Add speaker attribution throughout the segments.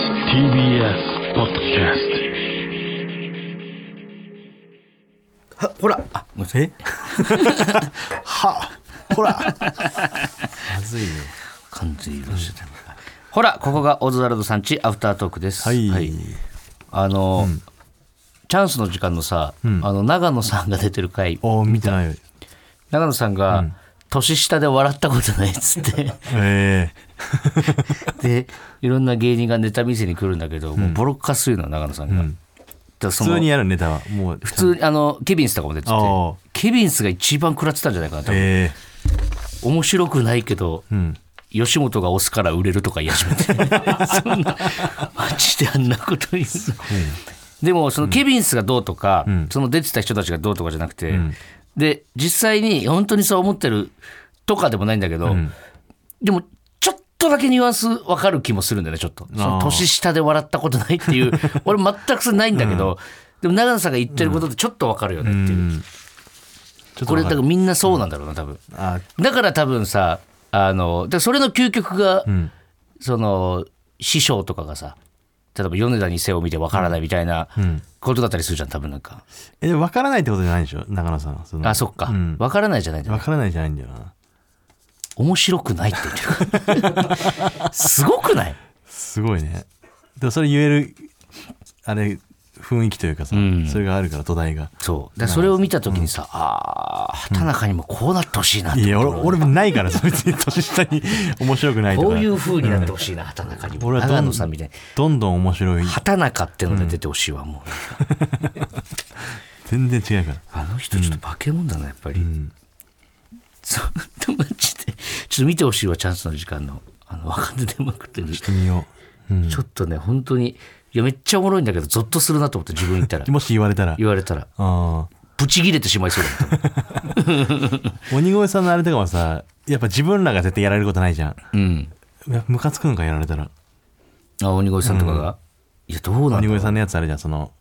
Speaker 1: TBS ポッドキャス
Speaker 2: はほら
Speaker 3: あもうえ
Speaker 2: はほら
Speaker 3: まずいよ
Speaker 2: 完全にしてた
Speaker 4: ほら、ここがオズワルドさんちアフタートークです。
Speaker 3: はい、
Speaker 4: あの、チャンスの時間のさ、あの、長野さんが出てる回、
Speaker 3: お見てないよ
Speaker 4: 長野さんが、年下で笑ったことないっ つって、
Speaker 3: え
Speaker 4: で、いろんな芸人がネタ見せに来るんだけど、もうボロッカス言うの、長野さんが。普
Speaker 3: え普通にやるネタはもう
Speaker 4: 普通にあのケビンスとかも出てて
Speaker 3: あー
Speaker 4: ケビンスが一番食らってたんじゃないかな多分
Speaker 3: え
Speaker 4: 面白くないけど、吉本が押すから売れるとか言い始 めてそんなマジであんなことにでもそのケビンスがどうとか、その出てた人たちがどうとかじゃなくて、で実際に本当にそう思ってるとかでもないんだけど、でもちょっとだけニュアンス分かる気もするんだよねちょっとその年下で笑ったことないって いう俺全くそれないんだけど、でも長野さんが言ってることってちょっと分かるよねっていう、
Speaker 3: ちょっと
Speaker 4: これ
Speaker 3: わか
Speaker 4: だからみんなそうなんだろうな多分。
Speaker 3: あ
Speaker 4: だから多分さあのでそれの究極が、その師匠とかがさ例えば米田にせを見てわからないみたいなことだったりするじゃん多分なんか、
Speaker 3: えでも分からないってことじゃないでしょ長野さんはその
Speaker 4: あそっか、わ
Speaker 3: うん
Speaker 4: からないじゃないんだ
Speaker 3: 分からないじゃないんだよな
Speaker 4: 面白くないって言ってるすごくない
Speaker 3: すごいねでもそれ言えるあれ雰囲気というかさ、
Speaker 4: ん
Speaker 3: それがあるから土台が
Speaker 4: そうでそれを見た時にさ、ああ畑中にもこうなってほしいなって
Speaker 3: いや俺俺もないからそ別に年下に 面白くないとか
Speaker 4: こういう風になってほしいな、畑中にも
Speaker 3: 俺はど
Speaker 4: 長
Speaker 3: ん
Speaker 4: 野さんみたいに
Speaker 3: どんどん面白い
Speaker 4: 畑中ってので出てほしいわもう、
Speaker 3: 全然違うから
Speaker 4: あの人ちょっと化け物だな、やっぱり。 そう、友達で、ちょっと見てほしいわ、チャンスの時間の、あの、若手出まくってる人。
Speaker 3: 見よ
Speaker 4: ちょっとね、本当に、いや、めっちゃおもろいんだけど、ゾッとするなと思って、自分 言ったら
Speaker 3: う。もし言われたら
Speaker 4: 言われたら、
Speaker 3: あ あ
Speaker 4: ブチ切れてしまいそうだった。
Speaker 3: 鬼越さんのあれとかもさやっぱ自分らが絶対やられることないじゃ
Speaker 4: うん。
Speaker 3: んやムカつくのかやられたら
Speaker 4: あ、鬼越さんとかが。いや、どうなん
Speaker 3: 鬼
Speaker 4: だろう。
Speaker 3: 越さんのやつあれじゃんその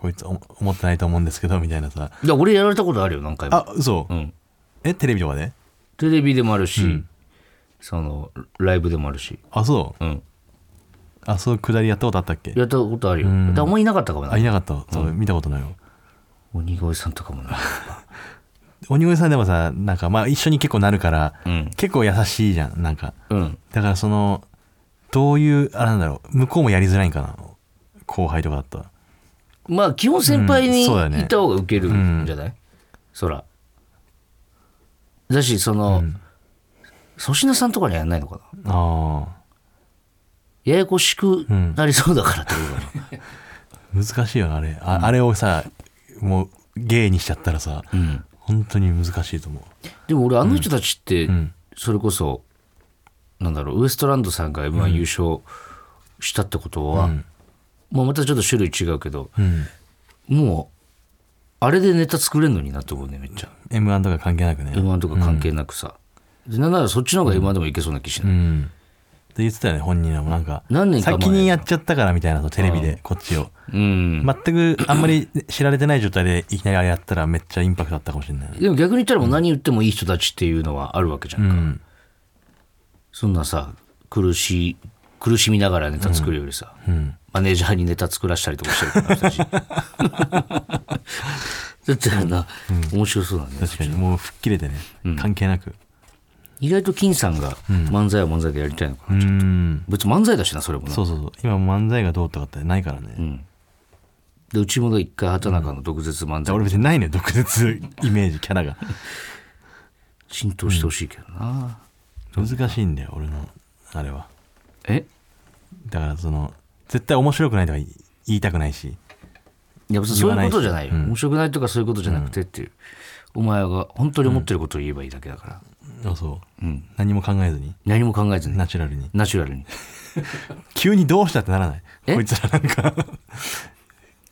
Speaker 3: こいつお思ってないと思うんですけどみたいなさ
Speaker 4: いや、俺やられたことあるよ、何回も。
Speaker 3: あ嘘、
Speaker 4: うん。
Speaker 3: えテレビとかで
Speaker 4: テレビでもあるし、その、ライブでもあるし。
Speaker 3: あそう
Speaker 4: うん。
Speaker 3: あそうくだりやったことあったっけ
Speaker 4: やったことあるよ。だからあんまりいなかったかも
Speaker 3: あい
Speaker 4: な。
Speaker 3: なかったそれ見たことないよ、
Speaker 4: 鬼越さんとかもな。
Speaker 3: 鬼越さんでもさなんかまあ一緒に結構なるから、
Speaker 4: うん
Speaker 3: 結構優しいじゃんなんか
Speaker 4: うん。
Speaker 3: だからそのどういうあれなんだろう向こうもやりづらいんかな後輩とかだったら
Speaker 4: まあ基本先輩に
Speaker 3: うん
Speaker 4: い
Speaker 3: そうだね
Speaker 4: た方がウケるんじゃない、そらだしその粗品、さんとかにはやんないのかな
Speaker 3: あ
Speaker 4: ややこしくなりそうだからってことかな、
Speaker 3: ー難しいよなあれあ,、あれをさもう芸にしちゃったらさ、本当に難しいと思う
Speaker 4: でも俺あの人たちって
Speaker 3: ん
Speaker 4: それこそ、なんだろうウエストランドさんが m 1優勝したってことは、まあ、またちょっと種類違うけど、もうあれでネタ作れるのになって思うねめっちゃ
Speaker 3: m 1とか関係なくね
Speaker 4: m 1とか関係なくさ、でなんならそっちの方が m 1でもいけそうな気しない、
Speaker 3: うんって言ってたよね本人らもなんか
Speaker 4: 何年か前
Speaker 3: 先にやっちゃったからみたいなのテレビでこっちを
Speaker 4: うん、
Speaker 3: 全くあんまり知られてない状態でいきなりあれやったらめっちゃインパクトあったかもしれない
Speaker 4: でも逆に言ったらもう何言ってもいい人たちっていうのはあるわけじゃんか、
Speaker 3: うん
Speaker 4: そんなさ苦しい苦しみながらネタ作るよりさ、マネージャーにネタ作らしたりとかしてるから 私だってあんな、面白そうだね
Speaker 3: 確かにもう吹っ切れてね、関係なく
Speaker 4: 意外と金さんが漫才は漫才でやりたいのかな、
Speaker 3: うん
Speaker 4: 別に漫才だしなそれもな
Speaker 3: そうそうそう今漫才がどうとかってないからね、
Speaker 4: でうちもね一回畑中の毒舌漫
Speaker 3: じゃあ
Speaker 4: 才
Speaker 3: 俺別にないね毒舌 イメージキャラが
Speaker 4: 浸透してほしいけどな、
Speaker 3: 難しいんだよ俺のあれは
Speaker 4: え
Speaker 3: だからその絶対面白くないとか言い言いたくないし
Speaker 4: いや別にそういうことじ
Speaker 3: 言
Speaker 4: ゃ
Speaker 3: わな
Speaker 4: な
Speaker 3: いいし
Speaker 4: よ、面白くないとかそういうことじゃなくてっていう、お前が本当に思ってることを言えばいいだけだから、
Speaker 3: あそう、何も考えずに
Speaker 4: 何も考えずに
Speaker 3: ナチュラルに
Speaker 4: ナチュラルに。
Speaker 3: 急にどうしたってならない
Speaker 4: え
Speaker 3: こいつらなんか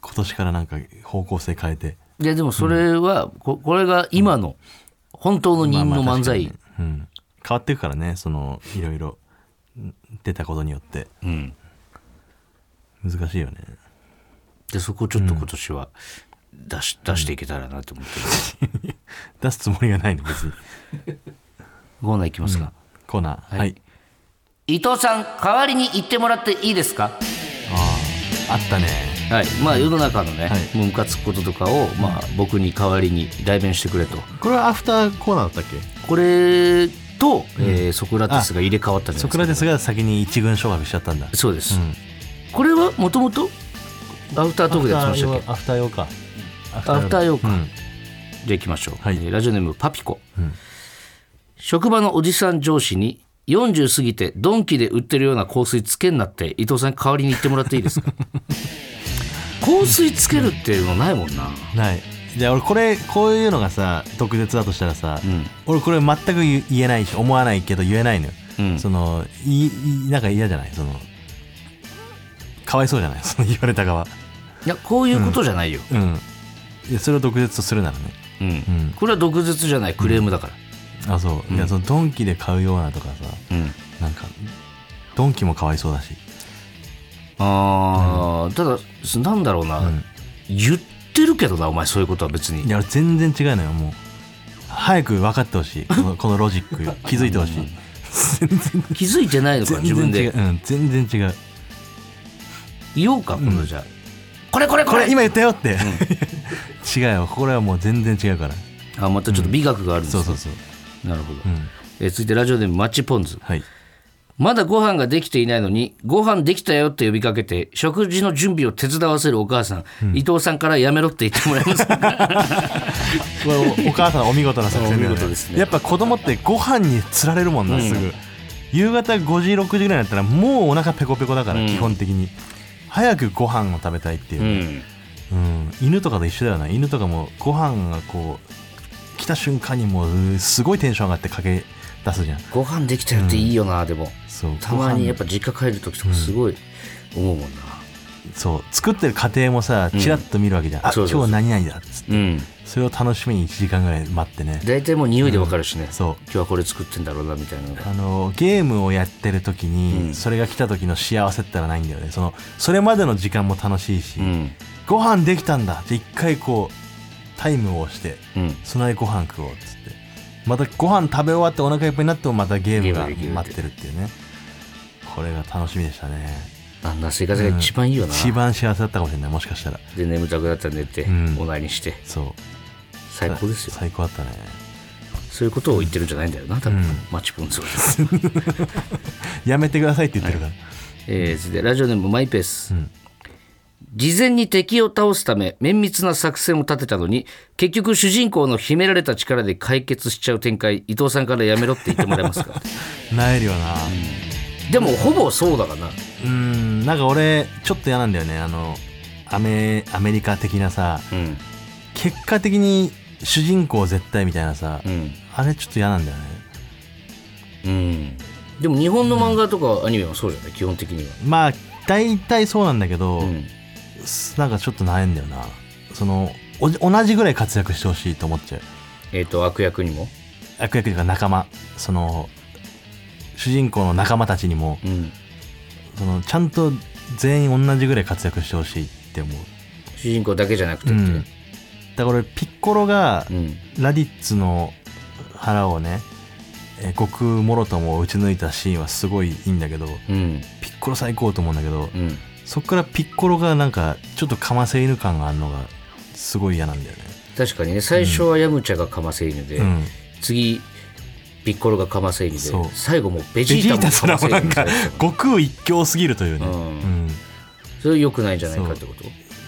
Speaker 3: 今年からなんか方向性変えて
Speaker 4: いやでもそれは、ここれが今の本当の人の漫才、
Speaker 3: まあまあ確かにねうん、変わっていくからねそのいろいろん出たことによって
Speaker 4: うん、
Speaker 3: 難しいよね
Speaker 4: でそこをちょっと今年は出し,、出していけたらなと思ってる、
Speaker 3: 出すつもりがないの別に
Speaker 4: コーナーいきますか、
Speaker 3: コーナーはい、
Speaker 4: 伊藤さん代わりに言ってもらっていいですか
Speaker 3: あったね
Speaker 4: はいまあ、世の中のね、
Speaker 3: はい
Speaker 4: ムカつくこととかを、まあ、僕に代わりに代弁してくれと
Speaker 5: これはアフターコーナーだったっけ
Speaker 4: これと、えーソクラテスが入れ替わったんじ
Speaker 3: ソ
Speaker 4: ゃないで
Speaker 3: ク
Speaker 4: すか
Speaker 3: ラテスが先に一軍昇格しちゃったんだ
Speaker 4: そうです、これはもともとアフタートークでやってましたっけ
Speaker 3: アフター用か
Speaker 4: アフター用か、
Speaker 3: うん
Speaker 4: じゃあ行きましょう、
Speaker 3: はい
Speaker 4: えーラジオネームパピコ、
Speaker 3: ん
Speaker 4: 職場のおじさん上司に40過ぎてドンキで売ってるような香水つけんなって伊藤さんに代わりに言ってもらっていいです か香水つけるっていうのないもんな
Speaker 3: ないじゃあ俺これこういうのがさ特別だとしたらさ、俺これ全く言言えないし思わないけど言えないのよ、
Speaker 4: うん
Speaker 3: そのいいなんか嫌じゃないそのかわいそうじゃないそ の言われた側
Speaker 4: いやこういうことじゃないよ、
Speaker 3: うんいやそれを毒舌とするならね
Speaker 4: うんこれは毒舌じゃないクレームだから、
Speaker 3: あそう、いやそのドンキで買うようなとかさ
Speaker 4: うん
Speaker 3: なんかドンキもかわいそうだし
Speaker 4: ああ、ただすなんだろうな、言ってるけどなお前そういうことは別に
Speaker 3: いや俺全然違うのよもう早く分かってほしいこのこのロジック気づいてほ しい
Speaker 4: 気づいてないのか自分
Speaker 3: 全然違
Speaker 4: で
Speaker 3: う、うん、全然違う
Speaker 4: 言おうか今度じゃあ、これこれこ
Speaker 3: こ
Speaker 4: れ
Speaker 3: れ今言ったよって、違うよこれはもう全然違うから
Speaker 4: あまたちょっと美学があるんです
Speaker 3: そ
Speaker 4: ね
Speaker 3: うそうそう
Speaker 4: なるほど、
Speaker 3: ん
Speaker 4: えー続いてラジオでマッチポンズ
Speaker 3: はい
Speaker 4: まだご飯ができていないのにご飯できたよって呼びかけて食事の準備を手伝わせるお母さん、伊藤さんからやめろって言ってもらえますか
Speaker 3: これおお母さんお見事な作戦だよね
Speaker 4: お見事ですね
Speaker 3: やっぱ子供ってご飯につられるもんな、すぐ夕方5時6時ぐらいになったらもうお腹ペコペコだから、基本的に早くご飯を食べたいっていう う、
Speaker 4: ん
Speaker 3: うん犬とかと一緒だよな犬とかもご飯がこう来た瞬間にもううーすごいテンション上がって駆け出すじゃん
Speaker 4: ご飯できたよっていいよな、でも
Speaker 3: そう
Speaker 4: たまにやっ
Speaker 3: ぱ
Speaker 4: ぱ実家帰る時とかすごい思うもんな
Speaker 3: そう作ってる過程もさチラッと見るわけじゃん、あ
Speaker 4: そうそうそう
Speaker 3: 今日何々だっつって
Speaker 4: うん
Speaker 3: それを楽しみに1時間ぐらい待ってね
Speaker 4: 大体もう匂いでわかるしね、
Speaker 3: そう
Speaker 4: 今日はこれ作ってんだろうなみたいなのが
Speaker 3: あのゲームをやってる時に、
Speaker 4: うん
Speaker 3: それが来た時の幸せったらないんだよねそのそれまでの時間も楽しいし、
Speaker 4: うん
Speaker 3: ご飯できたんだじゃあ一回こうタイムを押して
Speaker 4: うん
Speaker 3: その間にご飯食おうっつってまたご飯食べ終わってお腹いっぱいになってもまたゲームが
Speaker 4: ゲームができ
Speaker 3: 待って
Speaker 4: るって
Speaker 3: るっていうねこれが楽しみでしたね
Speaker 4: あんな生活が一番いいよな、
Speaker 3: 一番幸せだったかもしれないもしかしたら
Speaker 4: で眠たくなったら寝て、
Speaker 3: ん
Speaker 4: おなりにして
Speaker 3: そう
Speaker 4: 最高ですよ
Speaker 3: 最高だったね
Speaker 4: そういうことを言ってるんじゃないんだよな多分、
Speaker 3: うん
Speaker 4: マッチポンズは、
Speaker 3: やめてくださいって言ってるから、
Speaker 4: えー、続いてラジオネームマイペース、
Speaker 3: ん
Speaker 4: 事前に敵を倒すため綿密な作戦を立てたのに結局主人公の秘められた力で解決しちゃう展開伊藤さんからやめろって言ってもらえます か
Speaker 3: なえるよな、
Speaker 4: でもほぼそうだからな
Speaker 3: うーんなんか俺ちょっと嫌なんだよねあのアメアメリカ的なさ
Speaker 4: うん
Speaker 3: 結果的に主人公絶対みたいなさ、
Speaker 4: うん
Speaker 3: あれちょっと嫌なんだよね
Speaker 4: うんでも日本の漫画とかアニメはそうじゃない基本的には
Speaker 3: まあ大体そうなんだけど、
Speaker 4: うん
Speaker 3: なんかちょっと悩んだよなそのおじ同じぐらい活躍してほしいと思っちゃう
Speaker 4: えっ、と悪役にも
Speaker 3: 悪役というか仲間その主人公の仲間たちにも
Speaker 4: うん
Speaker 3: そのちゃんと全員同じぐらい活躍してほしいって思う、
Speaker 4: 主人公だけじゃなくてって、
Speaker 3: うんだから俺ピッコロが
Speaker 4: うん
Speaker 3: ラディッツの腹をね、えー極もろとも打ち抜いたシーンはすごいいいんだけど
Speaker 4: うん
Speaker 3: ピッコロ最高と思うんだけど、
Speaker 4: うん
Speaker 3: そっからピッコロがなんかちょっとかませ犬感があるのがすごい嫌なんだよね、
Speaker 4: 確かにね最初はヤムチャがかませ犬で、
Speaker 3: うん、
Speaker 4: 次ピッコロがかませ犬で
Speaker 3: そう
Speaker 4: 最後もうベ
Speaker 3: ベ
Speaker 4: ジ
Speaker 3: ジ
Speaker 4: ー
Speaker 3: ー
Speaker 4: タ
Speaker 3: タ
Speaker 4: も
Speaker 3: す
Speaker 4: からませ
Speaker 3: も
Speaker 4: 犬
Speaker 3: なん
Speaker 4: にさ
Speaker 3: か
Speaker 4: れてた
Speaker 3: 悟空一強すぎるというね、
Speaker 4: う
Speaker 3: うんん
Speaker 4: それ良くないんじゃないかってこ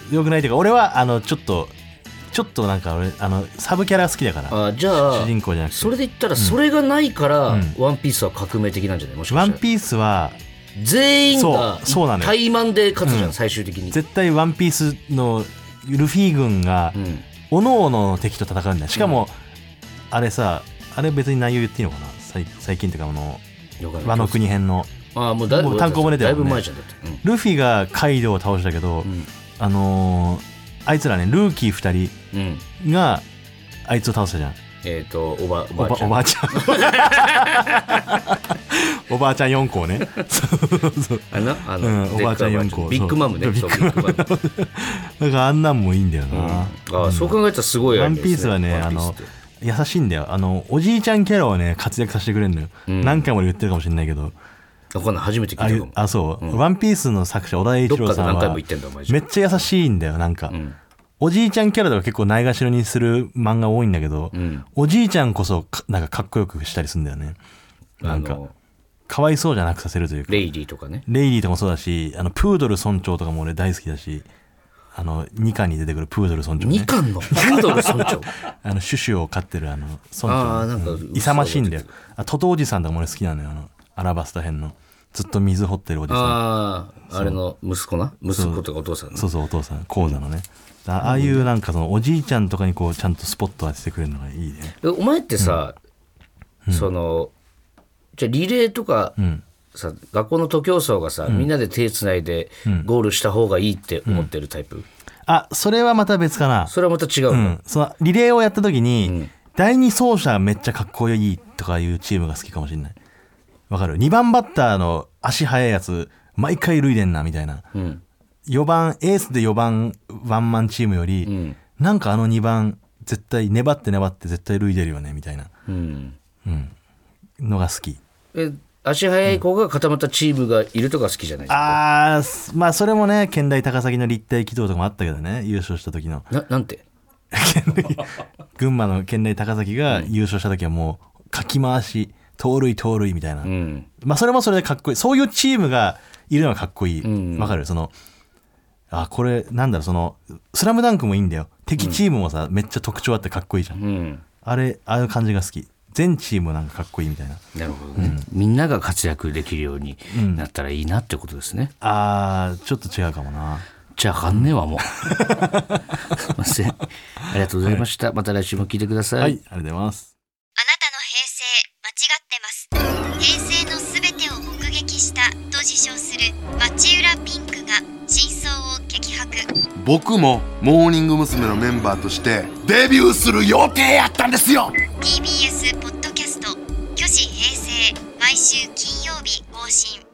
Speaker 4: と
Speaker 3: よくないというか俺はあのちょっとちょっとなんか俺あのサブキャラ好きだから
Speaker 4: あじゃあ
Speaker 3: 主人公じゃなくて
Speaker 4: それで言ったらそれがないから、
Speaker 3: うん
Speaker 4: ワンピースは革命的なんじゃないもしか
Speaker 3: ワ
Speaker 4: し
Speaker 3: ン
Speaker 4: たら
Speaker 3: ピースは
Speaker 4: 全員が
Speaker 3: そうそうなのよ
Speaker 4: 対マンで勝つじゃん、
Speaker 3: うん
Speaker 4: 最終的に、
Speaker 3: 絶対ワンピースのルフィ軍が、
Speaker 4: うん、
Speaker 3: おのおのの敵と戦うんだよしかも、あれさあれ別に内容言っていいのかな最最近っていうかあの
Speaker 4: よかった
Speaker 3: 和の国編の
Speaker 4: あもうだい
Speaker 3: も
Speaker 4: ぶ
Speaker 3: う単行本出てる
Speaker 4: だい
Speaker 3: も
Speaker 4: ぶ
Speaker 3: んね
Speaker 4: 前じゃんだって、うん
Speaker 3: ルフィがカイドウを倒したけど、
Speaker 4: ん
Speaker 3: あのーあいつらねルーキー2
Speaker 4: うん、
Speaker 3: 人があいつを倒したじゃん
Speaker 4: えっ、とおばお
Speaker 3: おば
Speaker 4: ばあちゃ
Speaker 3: お
Speaker 4: ん
Speaker 3: ばあちゃん おばあちゃん4個をねそうそう
Speaker 4: あれなあの、
Speaker 3: うんおばあちゃん
Speaker 4: でっか
Speaker 3: 四
Speaker 4: い
Speaker 3: 個
Speaker 4: ビッグマムね
Speaker 3: そう
Speaker 4: ビッグマム
Speaker 3: なんかあんなんもいいんだよ な、
Speaker 4: あそう考えたらすごいア
Speaker 3: ワ
Speaker 4: ニ
Speaker 3: ン
Speaker 4: メ
Speaker 3: ピー
Speaker 4: です
Speaker 3: スはね
Speaker 4: ワ
Speaker 3: あ
Speaker 4: ンピースっ
Speaker 3: の
Speaker 4: て
Speaker 3: 優しいんだよあのおじいちゃんキャラをね活躍させてくれるのよ、
Speaker 4: ん
Speaker 3: 何回も俺言ってるかもしれないけど
Speaker 4: わかんない初めて聞いたかも
Speaker 3: あそう、ワンピースの作者小田栄一郎さん
Speaker 4: どっかで何回
Speaker 3: は
Speaker 4: も
Speaker 3: め
Speaker 4: 言ってんだお前
Speaker 3: っちゃ優しいんだよなんか、おじいちゃんキャラとか結構ないがしろにする漫画多いんだけど、
Speaker 4: ん
Speaker 3: おじいちゃんこそかなんかかっこよくしたりするんだよねなん
Speaker 4: あ
Speaker 3: か
Speaker 4: の
Speaker 3: かわいそうじゃなくさせるというか
Speaker 4: レイリーとかね
Speaker 3: レイリーとかもそうだしあのプードル村長とかも俺大好きだしあの2巻に出てくるプードル村長、ね
Speaker 4: 二、巻の剣道の村長
Speaker 3: あのシュシュを飼ってるあの村長
Speaker 4: あーなんか
Speaker 3: うん勇ましいんだよあトトおじさんとかも俺好きなのよあのアラバスタ編のずっと水掘ってるおじさん
Speaker 4: あああれの息子な息子とかお父さんの
Speaker 3: そうそうお父さん講座のね、だああいうなんかそのおじいちゃんとかにこうちゃんとスポット当ててくれるのがいいね
Speaker 4: えお前ってさ、そのじゃあリレーとか、
Speaker 3: ん
Speaker 4: さ学校の徒競走がさ、みんなで手つないでゴールした方がいいって思ってるタイプ、
Speaker 3: あそれはまた別かな
Speaker 4: それはまた違うの、
Speaker 3: うんそのリレーをやった時に、
Speaker 4: ん
Speaker 3: 第2走者めっちゃかっこいいとかいうチームが好きかもしれないわかる2番バッターの足速いやつ毎回塁でんなみたいな、
Speaker 4: ん
Speaker 3: 4番エースで4番ワンマンチームより、
Speaker 4: ん
Speaker 3: なんかあの2番絶対粘って粘って絶対塁出るよねみたいな
Speaker 4: うん
Speaker 3: のが好き
Speaker 4: え足速い子が固まったチームがいるとか好きじゃない
Speaker 3: あーまあそれもね県大高崎の立体軌道とかもあったけどね優勝した 時の
Speaker 4: ななんて
Speaker 3: 群馬の県大高崎が優勝した時はもうかき回し盗塁盗塁みたいな、
Speaker 4: うん
Speaker 3: まあそれもそれでかっこいいそういうチームがいるのはかっこいいわ、
Speaker 4: ん
Speaker 3: かるそのあこれなんだろうその「スラムダンクもいいんだよ敵チームもさ、めっちゃ特徴あってかっこいいじゃん、
Speaker 4: うん
Speaker 3: あれああいう感じが好き全チームなんかかっこいいみたいな
Speaker 4: なるほどね、みんなが活躍できるようになったらいいなってことですね、
Speaker 3: あーちょっと違うかもな
Speaker 4: じゃああかんねえわもうす いませんありがとうございました、また来週も聞いてくださ
Speaker 3: はいありがとうございます
Speaker 6: あなたの平成間違ってます平成のすべてを目撃したと自称する町浦ピンクが真相を激白
Speaker 7: 僕もモーニング娘。のメンバーとしてデビューする予定やったんですよ
Speaker 6: TBS ポッドキャスト「巨子平成」毎週金曜日更新